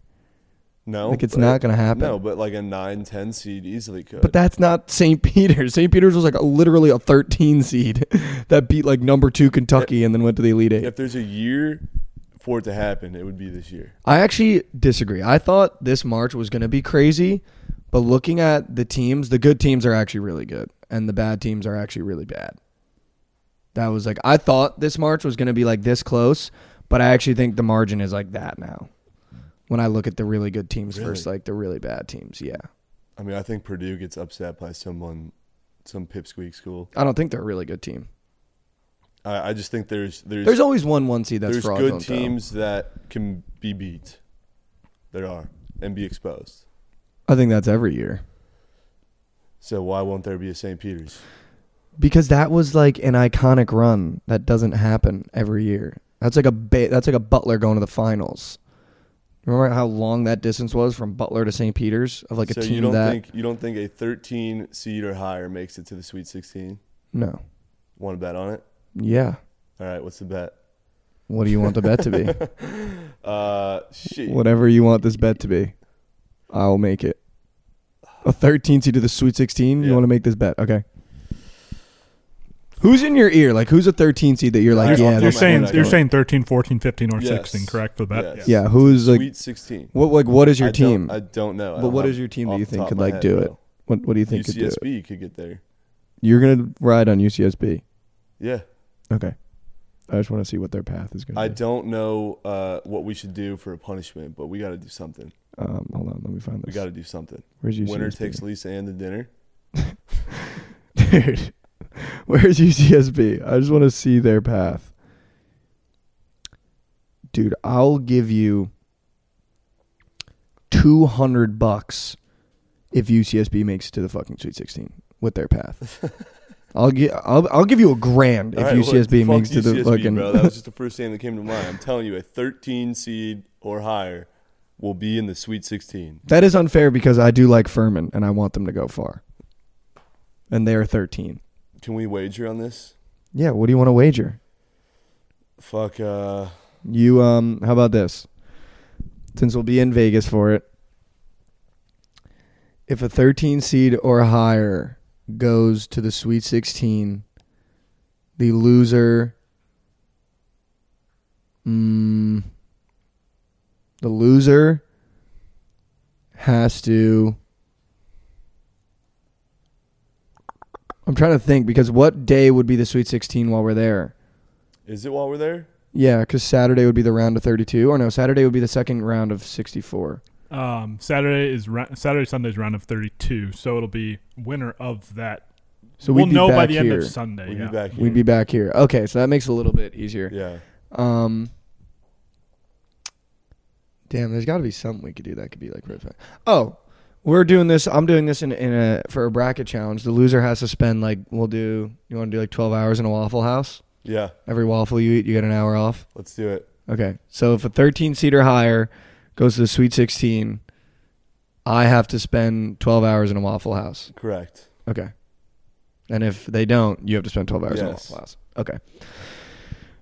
Speaker 2: No,
Speaker 1: Like it's
Speaker 2: but-
Speaker 1: not going to happen.
Speaker 2: No, but like a 9, 10 seed easily could.
Speaker 1: But that's not St. Peter's. St. Peter's was like literally a 13 seed that beat like number two Kentucky and then went to the Elite Eight.
Speaker 2: if there's a year for it to happen, it would be this year.
Speaker 1: I actually disagree. I thought this March was going to be crazy, but looking at the teams, the good teams are actually really good, and the bad teams are actually really bad. That was like, I thought this March was going to be like this close, but I actually think the margin is like that now. When I look at the really good teams
Speaker 2: Really?
Speaker 1: versus like the really bad teams, yeah.
Speaker 2: I mean, I think Purdue gets upset by someone, some pipsqueak school.
Speaker 1: I don't think they're a really good team.
Speaker 2: I, I just think there's there's
Speaker 1: There's always one one seed that's
Speaker 2: there's good
Speaker 1: fraudulent. though.
Speaker 2: teams that can be beat. There are and be exposed.
Speaker 1: I think that's every year.
Speaker 2: So why won't there be a St. Peter's?
Speaker 1: because that was like an iconic run that doesn't happen every year. That's like a ba- that's like a Butler going to the finals. Remember how long that distance was from Butler to St. Peter's of like a
Speaker 2: so
Speaker 1: team
Speaker 2: you don't
Speaker 1: that
Speaker 2: think you don't think a 13 seed or higher makes it to the Sweet 16?
Speaker 1: no,
Speaker 2: Want to bet on it?
Speaker 1: yeah.
Speaker 2: All right, what's the bet?
Speaker 1: What do you want the bet to be?
Speaker 2: Uh, shit.
Speaker 1: Whatever you want this bet to be, I'll make it. A 13 seed to the Sweet 16. You
Speaker 2: Yeah.
Speaker 1: want to make this bet? Okay. Who's in your ear? Like who's a 13 seed that you're like,
Speaker 2: Off the
Speaker 1: yeah,
Speaker 2: top of
Speaker 3: you're
Speaker 1: that's-
Speaker 2: my
Speaker 3: saying
Speaker 2: head, I
Speaker 3: you're
Speaker 2: don't-
Speaker 3: saying 13, 14, 15, or
Speaker 2: Yes.
Speaker 3: 16, correct? For that,
Speaker 2: Yes.
Speaker 1: yeah, who's like
Speaker 2: Sweet 16.
Speaker 1: what like what is your
Speaker 2: I don't-
Speaker 1: team?
Speaker 2: I don't know. I
Speaker 1: But
Speaker 2: don't
Speaker 1: what
Speaker 2: have
Speaker 1: is your team
Speaker 2: off
Speaker 1: that you
Speaker 2: the
Speaker 1: think
Speaker 2: top
Speaker 1: could
Speaker 2: of my
Speaker 1: like
Speaker 2: head,
Speaker 1: do it?
Speaker 2: no.
Speaker 1: What What do you think could do it?
Speaker 2: UCSB could get there.
Speaker 1: You're gonna ride on UCSB.
Speaker 2: Yeah.
Speaker 1: Okay. I just want to see what their path is gonna
Speaker 2: I
Speaker 1: be.
Speaker 2: don't know uh, what we should do for a punishment, but we got to do something.
Speaker 1: Um, hold on, let me find
Speaker 2: We
Speaker 1: this.
Speaker 2: got to do something.
Speaker 1: Where's UCSB?
Speaker 2: Winner takes Lisa Ann to dinner.
Speaker 1: Dude, where's UCSB? I just want to see their path. Dude, I'll give you two hundred bucks if UCSB makes it to the fucking Sweet Sixteen with their path. I'll give I'll, I'll give you a grand if
Speaker 2: All right, well,
Speaker 1: UCSB
Speaker 2: fuck
Speaker 1: makes it to the
Speaker 2: UCSB,
Speaker 1: fucking.
Speaker 2: Bro. That was just the first name that came to mind. I'm telling you, a 13 seed or higher will be in the Sweet 16.
Speaker 1: That is unfair because I do like Furman and I want them to go far. And they are 13.
Speaker 2: Can we wager on this?
Speaker 1: Yeah, what do you want to wager?
Speaker 2: Fuck. Uh,
Speaker 1: You um how about this? Since we'll be in Vegas for it. If a 13 seed or higher goes to the Sweet 16, the loser mm, the loser has to I'm trying to think because what day would be the Sweet 16 while we're there?
Speaker 2: is it while we're there?
Speaker 1: Yeah, because Saturday would be the round of 32, or no, Saturday would be the second round of 64.
Speaker 3: um, Saturday is ra- Saturday Sunday's round of 32, so it'll be winner of that.
Speaker 1: So
Speaker 3: we'll
Speaker 1: we'd be
Speaker 3: know
Speaker 1: back
Speaker 3: by the
Speaker 1: here.
Speaker 3: end of Sunday.
Speaker 2: We'll
Speaker 3: yeah.
Speaker 2: be back here.
Speaker 1: We'd be back here. Okay, so that makes it a little bit easier.
Speaker 2: Yeah.
Speaker 1: Um, damn, there's got to be something we could do that could be like really fun. Oh, we're doing this. I'm doing this in, in a for a bracket challenge. The loser has to spend like we'll do. You want to do like 12 hours in a Waffle House?
Speaker 2: Yeah.
Speaker 1: Every waffle you eat, you get an hour off.
Speaker 2: Let's do it.
Speaker 1: Okay. So if a 13 seed or higher goes to the Sweet 16, I have to spend 12 hours in a Waffle House.
Speaker 2: Correct.
Speaker 1: Okay. And if they don't, you have to spend 12 hours in a
Speaker 2: Yes.
Speaker 1: Waffle House. Okay.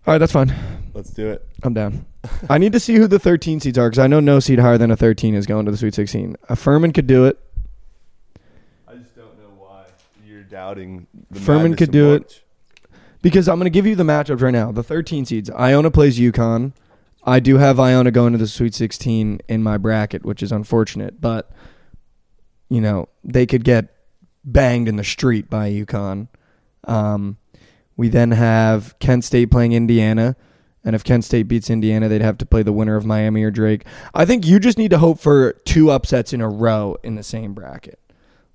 Speaker 1: All right, that's fine.
Speaker 2: Let's do it.
Speaker 1: I'm down. I need to see who the 13 seeds are because I know no seed higher than a 13 is going to the Sweet 16. A Furman could do it.
Speaker 2: I just don't know why you're doubting. The
Speaker 1: Furman
Speaker 2: madness
Speaker 1: could
Speaker 2: of
Speaker 1: do it.
Speaker 2: March.
Speaker 1: Because I'm going to give you the matchups right now. The 13 seeds. Iona plays UConn. I do have Iona going to the Sweet 16 in my bracket, which is unfortunate, but you know they could get banged in the street by UConn. Um, we then have Kent State playing Indiana, and if Kent State beats Indiana, they'd have to play the winner of Miami or Drake. I think you just need to hope for two upsets in a row in the same bracket.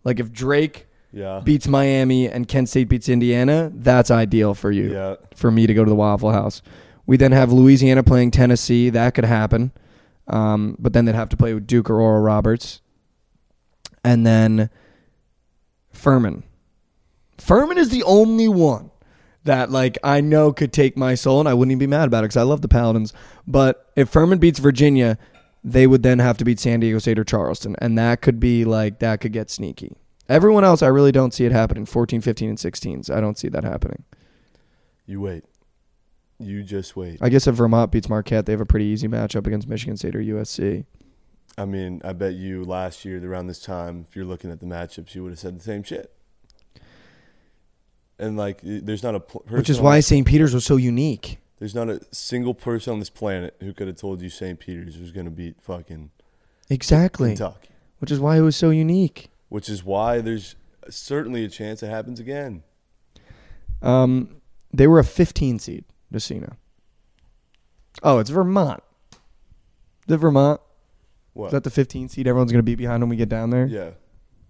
Speaker 1: Like if Drake
Speaker 2: Yeah.
Speaker 1: beats Miami and Kent State beats Indiana, that's ideal for you.
Speaker 2: Yeah.
Speaker 1: For me to go to the Waffle House. We then have Louisiana playing Tennessee. That could happen. Um, but then they'd have to play with Duke or Oral Roberts. And then Furman. Furman is the only one that like I know could take my soul, and I wouldn't even be mad about it because I love the Paladins. But if Furman beats Virginia, they would then have to beat San Diego State or Charleston, and that could be like that could get sneaky. Everyone else, I really don't see it happening. 14, 15, and 16s, I don't see that happening.
Speaker 2: You wait. You just wait.
Speaker 1: I guess if Vermont beats Marquette, they have a pretty easy matchup against Michigan State or USC.
Speaker 2: I mean, I bet you last year around this time, if you're looking at the matchups, you would have said the same shit. And like, there's not a pl-
Speaker 1: Which
Speaker 2: person
Speaker 1: is
Speaker 2: on
Speaker 1: why
Speaker 2: this-
Speaker 1: St. Peter's was so unique.
Speaker 2: there's not a single person on this planet who could have told you St. Peter's was going to beat fucking
Speaker 1: Exactly.
Speaker 2: Kentucky,
Speaker 1: Which is why it was so unique.
Speaker 2: which is why there's certainly a chance it happens again.
Speaker 1: Um, they were a 15 seed, just so you know. Oh, it's Vermont. The Vermont.
Speaker 2: What?
Speaker 1: Is that the 15 seed everyone's going to be behind when we get down there?
Speaker 2: yeah,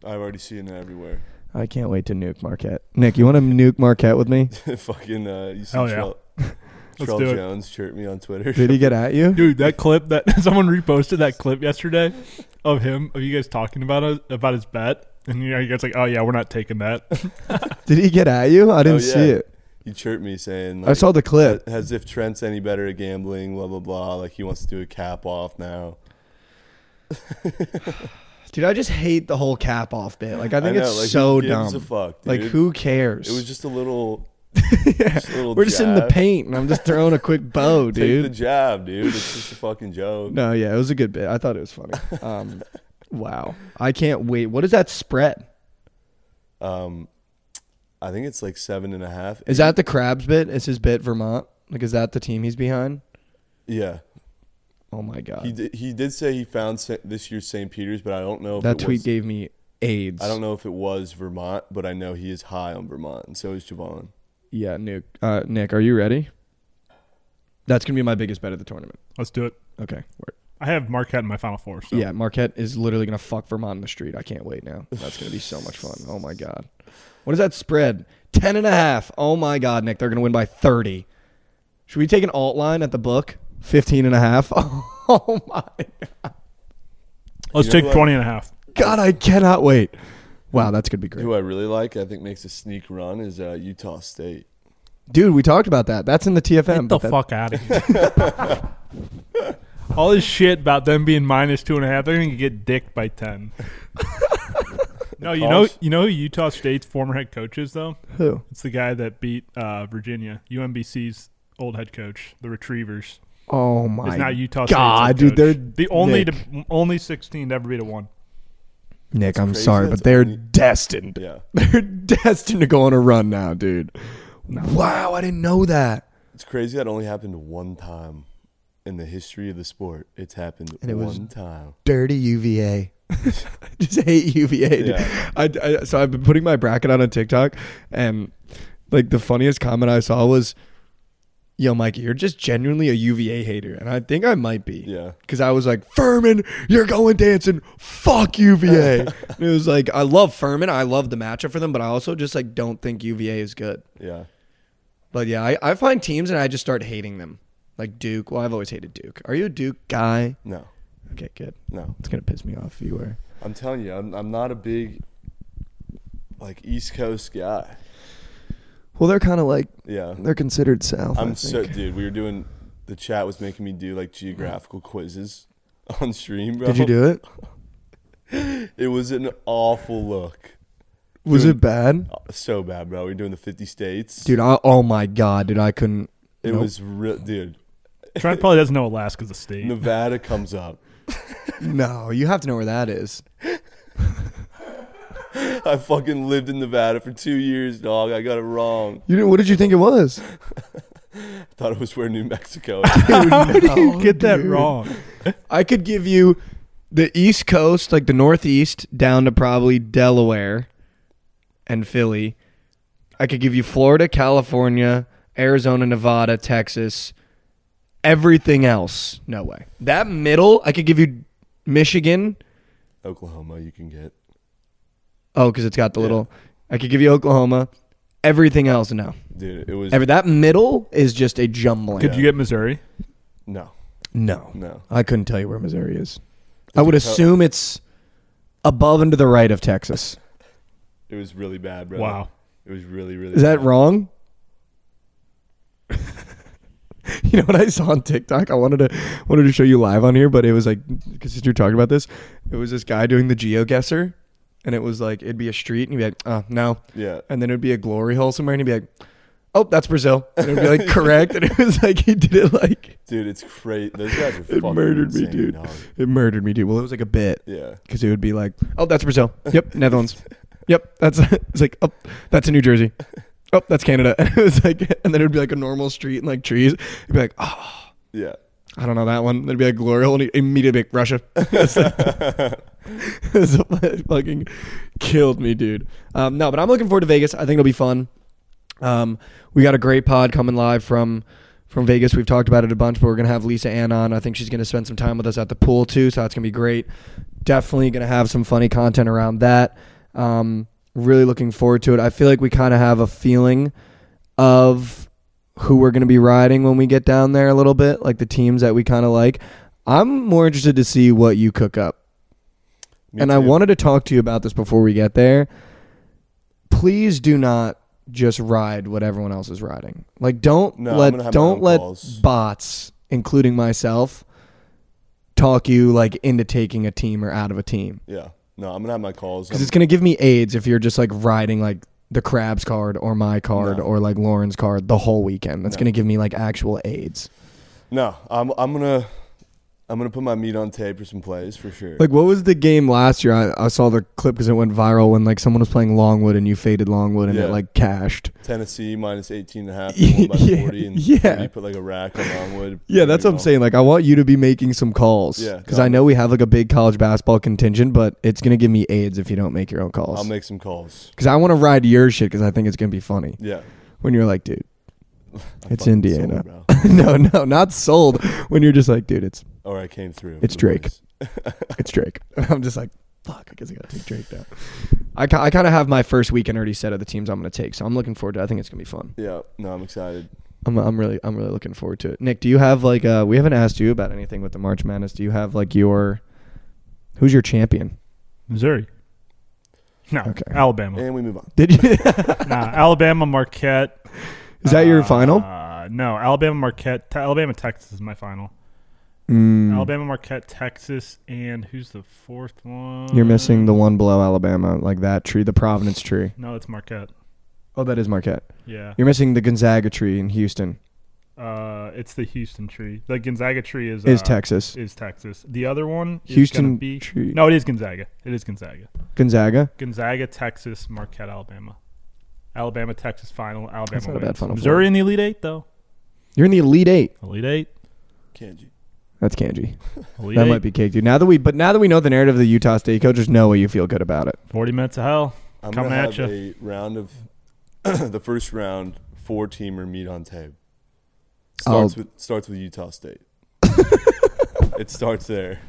Speaker 2: I've already seen it everywhere.
Speaker 1: I can't wait to nuke Marquette. Nick, you want to nuke Marquette with me?
Speaker 2: fucking uh, you see
Speaker 3: Hell yeah.
Speaker 2: Trell,
Speaker 3: Let's
Speaker 2: Trell
Speaker 3: do it.
Speaker 2: Jones chirped me on Twitter.
Speaker 1: Did he get at you?
Speaker 3: Dude, that clip that someone reposted that clip yesterday of him of you guys talking about us about his bet, and you know you guys like, oh yeah, we're not taking that.
Speaker 1: Did he get at you? I didn't
Speaker 2: Oh, yeah.
Speaker 1: see it.
Speaker 2: He chirped me saying,
Speaker 1: I
Speaker 2: like,
Speaker 1: saw the clip.
Speaker 2: as if Trent's any better at gambling, blah blah blah. Like he wants to do a cap off now.
Speaker 1: Dude, I just hate the whole cap off bit. Like, I think
Speaker 2: know,
Speaker 1: it's
Speaker 2: like,
Speaker 1: so
Speaker 2: who gives
Speaker 1: dumb.
Speaker 2: A fuck,
Speaker 1: like,
Speaker 2: dude?
Speaker 1: who cares?
Speaker 2: It was just a little. a little
Speaker 1: We're just in the
Speaker 2: jab.
Speaker 1: paint, and I'm just throwing a quick bow,
Speaker 2: Take the
Speaker 1: dude.
Speaker 2: jab, dude. It's just a fucking joke.
Speaker 1: No, yeah, it was a good bit. I thought it was funny. Um, wow, I can't wait. What is that spread?
Speaker 2: Um, I think it's like seven and a half.
Speaker 1: Is that the Crabs bit? Is his bit Vermont? Like, is that the team he's behind?
Speaker 2: Yeah,
Speaker 1: Oh my god,
Speaker 2: he did, he did say he found Sa- this year's St. Peter's, but I don't know if
Speaker 1: that
Speaker 2: it
Speaker 1: tweet
Speaker 2: was,
Speaker 1: gave me AIDS.
Speaker 2: I don't know if it was Vermont, but I know he is high on Vermont, and so is Javon.
Speaker 1: Yeah, Nick. Uh, Nick, are you ready? That's gonna be my biggest bet of the tournament.
Speaker 3: Let's do it.
Speaker 1: Okay. word.
Speaker 3: I have Marquette in my final four. So.
Speaker 1: Yeah, Marquette is literally gonna fuck Vermont in the street. I can't wait now. That's gonna be so much fun. Oh my god. What is that spread? Ten and a half. Oh my god, Nick, they're gonna win by thirty. Should we take an alt line at the book? Fifteen and a half. Oh my
Speaker 2: You
Speaker 3: Let's
Speaker 2: know
Speaker 3: take
Speaker 2: what?
Speaker 3: twenty and a half.
Speaker 1: god, I cannot wait. Wow, that's gonna be great.
Speaker 2: Who I really like, I think makes a sneak run, is uh, Utah State.
Speaker 1: Dude, we talked about that. That's in the TFM.
Speaker 3: Get the
Speaker 1: but that-
Speaker 3: fuck out of here. All this shit about them being minus two and a half, they're gonna get dicked by ten. no, you know,
Speaker 2: Colts?
Speaker 3: you know who Utah State's former head coach is though.
Speaker 1: Who?
Speaker 3: It's the guy that beat uh, Virginia, UMBC's old head coach, the Retrievers.
Speaker 1: Oh my
Speaker 3: It's now Utah State's
Speaker 1: God,
Speaker 3: head
Speaker 1: dude,
Speaker 3: coach.
Speaker 1: they're
Speaker 3: the only
Speaker 1: Nick.
Speaker 3: to, only sixteen to ever beat a one.
Speaker 1: Nick, I'm
Speaker 2: crazy.
Speaker 1: sorry,
Speaker 2: That's
Speaker 1: but they're
Speaker 2: only-
Speaker 1: destined.
Speaker 2: Yeah,
Speaker 1: They're destined to go on a run now, dude. Wow, I didn't know that.
Speaker 2: it's crazy that only happened one time in the history of the sport. It's happened
Speaker 1: And it
Speaker 2: one
Speaker 1: was-
Speaker 2: time.
Speaker 1: Dirty UVA. Just hate UVA. Dude.
Speaker 2: Yeah.
Speaker 1: I, I- so I've been putting my bracket out on TikTok, and like the funniest comment I saw was, "Yo, Mikey, you're just genuinely a UVA hater," and I think I might be.
Speaker 2: Yeah.
Speaker 1: Because I was like, Furman, you're going dancing. Fuck UVA. and it was like, I love Furman. I love the matchup for them, but I also just like don't think UVA is good.
Speaker 2: Yeah.
Speaker 1: But yeah, I, I find teams and I just start hating them. Like Duke. Well, I've always hated Duke. Are you a Duke guy?
Speaker 2: No.
Speaker 1: Okay, good.
Speaker 2: No.
Speaker 1: It's gonna piss me off if you were.
Speaker 2: I'm telling you, I'm, I'm not a big like East Coast guy.
Speaker 1: Well, they're kind of like
Speaker 2: Yeah.
Speaker 1: they're considered South.
Speaker 2: I'm so dude. We were doing the chat was making me do like geographical quizzes on stream, bro.
Speaker 1: Did you do it?
Speaker 2: It was an awful look.
Speaker 1: Was
Speaker 2: Dude.
Speaker 1: it bad,
Speaker 2: Oh, So bad, bro. We were doing the 50 states.
Speaker 1: dude? I, oh my god, dude! I couldn't.
Speaker 2: it
Speaker 1: nope.
Speaker 2: was real, dude.
Speaker 3: Trent probably doesn't know Alaska's a state.
Speaker 2: Nevada comes up.
Speaker 1: no. You have to know where that is.
Speaker 2: I fucking lived in Nevada for two years, dog. I got it wrong.
Speaker 1: You didn't, what did you think it was?
Speaker 2: Thought it was where New Mexico.
Speaker 3: How do you
Speaker 1: no,
Speaker 3: Oh, get that
Speaker 1: dude.
Speaker 3: wrong?
Speaker 1: I could give you the East Coast, like the Northeast, down to probably Delaware and Philly. I could give you Florida, California, Arizona, Nevada, Texas, everything else. No way. That middle, I could give you Michigan.
Speaker 2: Oklahoma, you can get.
Speaker 1: Oh, because it's got the little. I could give you Oklahoma. Everything else, no.
Speaker 2: Dude, it was.
Speaker 1: Every that middle is just a jumbling.
Speaker 3: Could you get Missouri?
Speaker 2: no,
Speaker 1: no,
Speaker 2: no.
Speaker 1: I couldn't tell you where Missouri is. I would
Speaker 2: Dakota-
Speaker 1: assume it's above and to the right of Texas.
Speaker 2: It was really bad, bro.
Speaker 3: Wow.
Speaker 2: It was really, really.
Speaker 1: Is that
Speaker 2: bad.
Speaker 1: wrong? you know what I saw on TikTok? I wanted to wanted to show you live on here, but it was like because since you're talking about this, it was this guy doing the geoguesser, and it was like it'd be a street, and he'd be like, "Oh no,"
Speaker 2: Yeah.
Speaker 1: and then it'd be a glory hole somewhere, and he'd be like, "Oh, that's Brazil," and it'd be like correct, and it was like he did it like
Speaker 2: Dude, it's crazy. Those guys are
Speaker 1: it
Speaker 2: fucking
Speaker 1: murdered me,
Speaker 2: insane,
Speaker 1: dude.
Speaker 2: dog.
Speaker 1: It murdered me, dude. Well, it was like a bit
Speaker 2: Yeah.
Speaker 1: because it would be like, "Oh, that's Brazil." Yep, Netherlands. Yep, that's it's like, "Oh, that's in New Jersey." Oh, that's Canada. And it was like, and then it would be like a normal street and like trees. It'd be like, oh,
Speaker 2: Yeah.
Speaker 1: I don't know that one. There'd be like glory hole, and he'd immediately be like, Russia. It's like- it's fucking killed me, dude. Um, no, but I'm looking forward to Vegas. I think it'll be fun. Um, we got a great pod coming live from from Vegas. We've talked about it a bunch, but we're gonna have Lisa Ann on. I think she's gonna spend some time with us at the pool too, so that's gonna be great. Definitely gonna have some funny content around that. Um, really looking forward to it. I feel like we kind of have a feeling of who we're gonna be riding when we get down there a little bit, like the teams that we kind of like. I'm more interested to see what you cook up
Speaker 2: Me
Speaker 1: and I
Speaker 2: too.
Speaker 1: wanted to talk to you about this before we get there. Please do not just ride what everyone else is riding. Like don't
Speaker 2: No, I'm gonna
Speaker 1: let
Speaker 2: have my
Speaker 1: don't
Speaker 2: own
Speaker 1: let
Speaker 2: calls.
Speaker 1: bots, including myself, talk you like into taking a team or out of a team.
Speaker 2: Yeah. No, I'm gonna have my calls.
Speaker 1: Because it's gonna give me AIDS if you're just like riding like the crab's card or my card
Speaker 2: No.
Speaker 1: or like Lauren's card the whole weekend. That's
Speaker 2: No.
Speaker 1: gonna give me like actual AIDS.
Speaker 2: No, I'm I'm gonna I'm gonna put my meat on tape for some plays for sure.
Speaker 1: Like what was the game last year? I, I saw the clip because it went viral when like someone was playing Longwood and you faded Longwood and
Speaker 2: Yeah.
Speaker 1: it like cashed.
Speaker 2: Tennessee minus 18 and a half,
Speaker 1: Yeah,
Speaker 2: won by
Speaker 1: yeah,
Speaker 2: 40, and
Speaker 1: yeah.
Speaker 2: you put like a rack on Longwood.
Speaker 1: Yeah, that's
Speaker 2: you
Speaker 1: what I'm
Speaker 2: know.
Speaker 1: saying. Like, I want you to be making some calls.
Speaker 2: Yeah,
Speaker 1: Because I know we have like a big college basketball contingent, but it's gonna give me AIDS if you don't make your own
Speaker 2: I'll
Speaker 1: calls.
Speaker 2: make some calls.
Speaker 1: Because I want to ride your shit because I think it's gonna be funny
Speaker 2: Yeah,
Speaker 1: when you're like, dude,
Speaker 2: I
Speaker 1: it's
Speaker 2: fucking
Speaker 1: Indiana.
Speaker 2: sold, bro.
Speaker 1: no, no, not sold. When you're just like, dude, it's
Speaker 2: Or I came through.
Speaker 1: It's
Speaker 2: for the
Speaker 1: Drake.
Speaker 2: boys.
Speaker 1: it's Drake. I'm just like, fuck. I guess I gotta take Drake down. I ki- I kind of have my first weekend already set of the teams I'm gonna take, so I'm looking forward to. it. I think it's gonna be fun.
Speaker 2: Yeah, no, I'm excited.
Speaker 1: I'm I'm really I'm really looking forward to it. Nick, do you have like uh we haven't asked you about anything with the March Madness? Do you have like your who's your champion?
Speaker 3: Missouri. No,
Speaker 1: Okay.
Speaker 3: Alabama.
Speaker 2: And we move on.
Speaker 1: Did you?
Speaker 3: nah, Alabama, Marquette.
Speaker 1: Is that your
Speaker 3: Uh,
Speaker 1: final?
Speaker 3: no, Alabama, Marquette, Te- Alabama, Texas is my final.
Speaker 1: Mm.
Speaker 3: Alabama, Marquette, Texas, and who's the fourth one?
Speaker 1: You're missing the one below Alabama, like that tree, the Providence tree.
Speaker 3: No, it's Marquette.
Speaker 1: Oh, that is Marquette.
Speaker 3: Yeah,
Speaker 1: You're missing the Gonzaga tree in Houston.
Speaker 3: uh, it's the Houston tree. The Gonzaga tree is
Speaker 1: Is
Speaker 3: uh,
Speaker 1: Texas
Speaker 3: Is Texas. The other one is gonna
Speaker 1: Houston
Speaker 3: be
Speaker 1: tree?
Speaker 3: no, it is Gonzaga. It is Gonzaga.
Speaker 1: Gonzaga.
Speaker 3: Gonzaga, Texas, Marquette, Alabama. Alabama, Texas final. Alabama
Speaker 1: not a
Speaker 3: wins.
Speaker 1: bad Final Four.
Speaker 3: Missouri in the Elite Eight though.
Speaker 1: You're in the Elite Eight.
Speaker 3: Elite Eight.
Speaker 2: Kanji.
Speaker 1: That's Kanji.
Speaker 3: Elite
Speaker 1: That
Speaker 3: Eight.
Speaker 1: might be cake, dude. Now that we, but now that we know the narrative of the Utah State coach, just know why you feel good about it.
Speaker 3: Forty minutes of hell.
Speaker 2: I'm
Speaker 3: Coming
Speaker 2: gonna
Speaker 3: at
Speaker 2: have a round of the first round four teamer meet on tape. Starts
Speaker 1: I'll-
Speaker 2: with starts with Utah State. it starts there.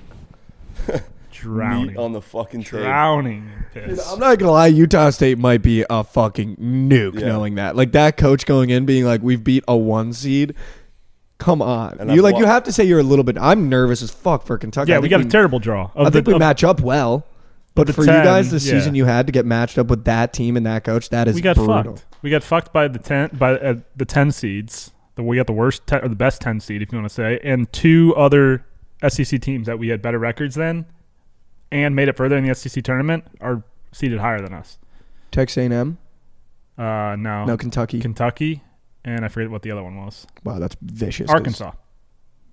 Speaker 3: Drowning.
Speaker 2: Meet on the fucking tape.
Speaker 3: Drowning. in Piss.
Speaker 1: I'm not gonna lie, Utah State might be a fucking nuke.
Speaker 2: Yeah.
Speaker 1: Knowing that, like that coach going in, being like, "We've beat a one seed." Come on,
Speaker 2: And
Speaker 1: you
Speaker 2: I've
Speaker 1: like
Speaker 2: wa-
Speaker 1: you have to say you're a little bit. I'm nervous as fuck for Kentucky. I
Speaker 3: yeah, we
Speaker 1: think
Speaker 3: got a terrible draw. Of
Speaker 1: I think
Speaker 3: the,
Speaker 1: we
Speaker 3: of-
Speaker 1: match up well. But
Speaker 3: the
Speaker 1: for
Speaker 3: 10,
Speaker 1: you guys, the
Speaker 3: yeah.
Speaker 1: season you had to get matched up with that team and that coach, that is
Speaker 3: we got
Speaker 1: brutal.
Speaker 3: fucked. We got fucked by the ten by uh, the ten seeds. The, we got the worst ten, or the best ten seed, if you want to say, and two other SEC teams that we had better records than, and made it further in the SEC tournament are seeded higher than us.
Speaker 1: Texas A&M,
Speaker 3: Uh, no,
Speaker 1: no Kentucky.
Speaker 3: Kentucky, and I forget what the other one was.
Speaker 1: wow, that's vicious. 'cause-
Speaker 3: Arkansas.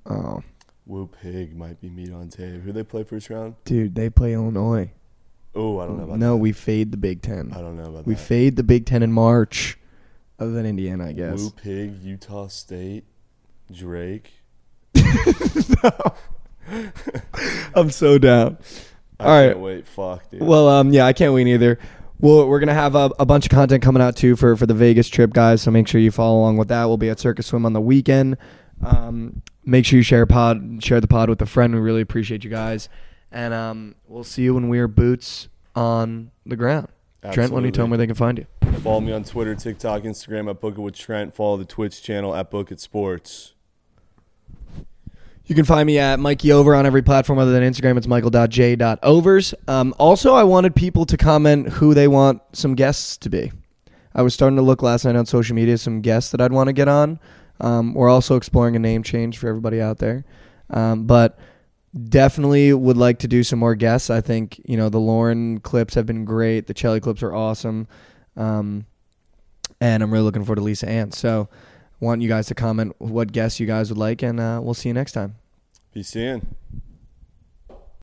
Speaker 1: Oh,
Speaker 2: Woo Pig might be meet on tape. Who they play first round?
Speaker 1: dude, they play Illinois.
Speaker 2: Oh, I don't know about
Speaker 1: No, we fade the Big Ten.
Speaker 2: that. I don't know about
Speaker 1: We
Speaker 2: that.
Speaker 1: fade the Big Ten in March, other than Indiana, I guess.
Speaker 2: Woo Pig, Utah State, Drake.
Speaker 1: I'm so down.
Speaker 2: I
Speaker 1: All right.
Speaker 2: can't wait. Fuck, dude.
Speaker 1: Well, um, yeah, I can't wait either. Well, we're gonna have a, a bunch of content coming out too for for the Vegas trip, guys. So make sure you follow along with that. We'll be at Circus Swim on the weekend. Um, make sure you share pod, share the pod with a friend. We really appreciate you guys, and um, we'll see you when we are boots on the ground. Trent, why don't you tell them where they can find you?
Speaker 2: Follow me on Twitter, TikTok, Instagram at Book It with Trent. Follow the Twitch channel at Book It Sports.
Speaker 1: You can find me at Mikey Over on every platform other than Instagram. It's michael.j.overs. Um, also, I wanted people to comment who they want some guests to be. I was starting to look last night on social media some guests that I'd want to get on. Um, we're also exploring a name change for everybody out there, um, but definitely would like to do some more guests. I think you know the Lauren clips have been great. The Chelly clips are awesome, um, and I'm really looking forward to Lisa Ann. So, want you guys to comment what guests you guys would like, and uh, we'll see you next time.
Speaker 2: Be seeing.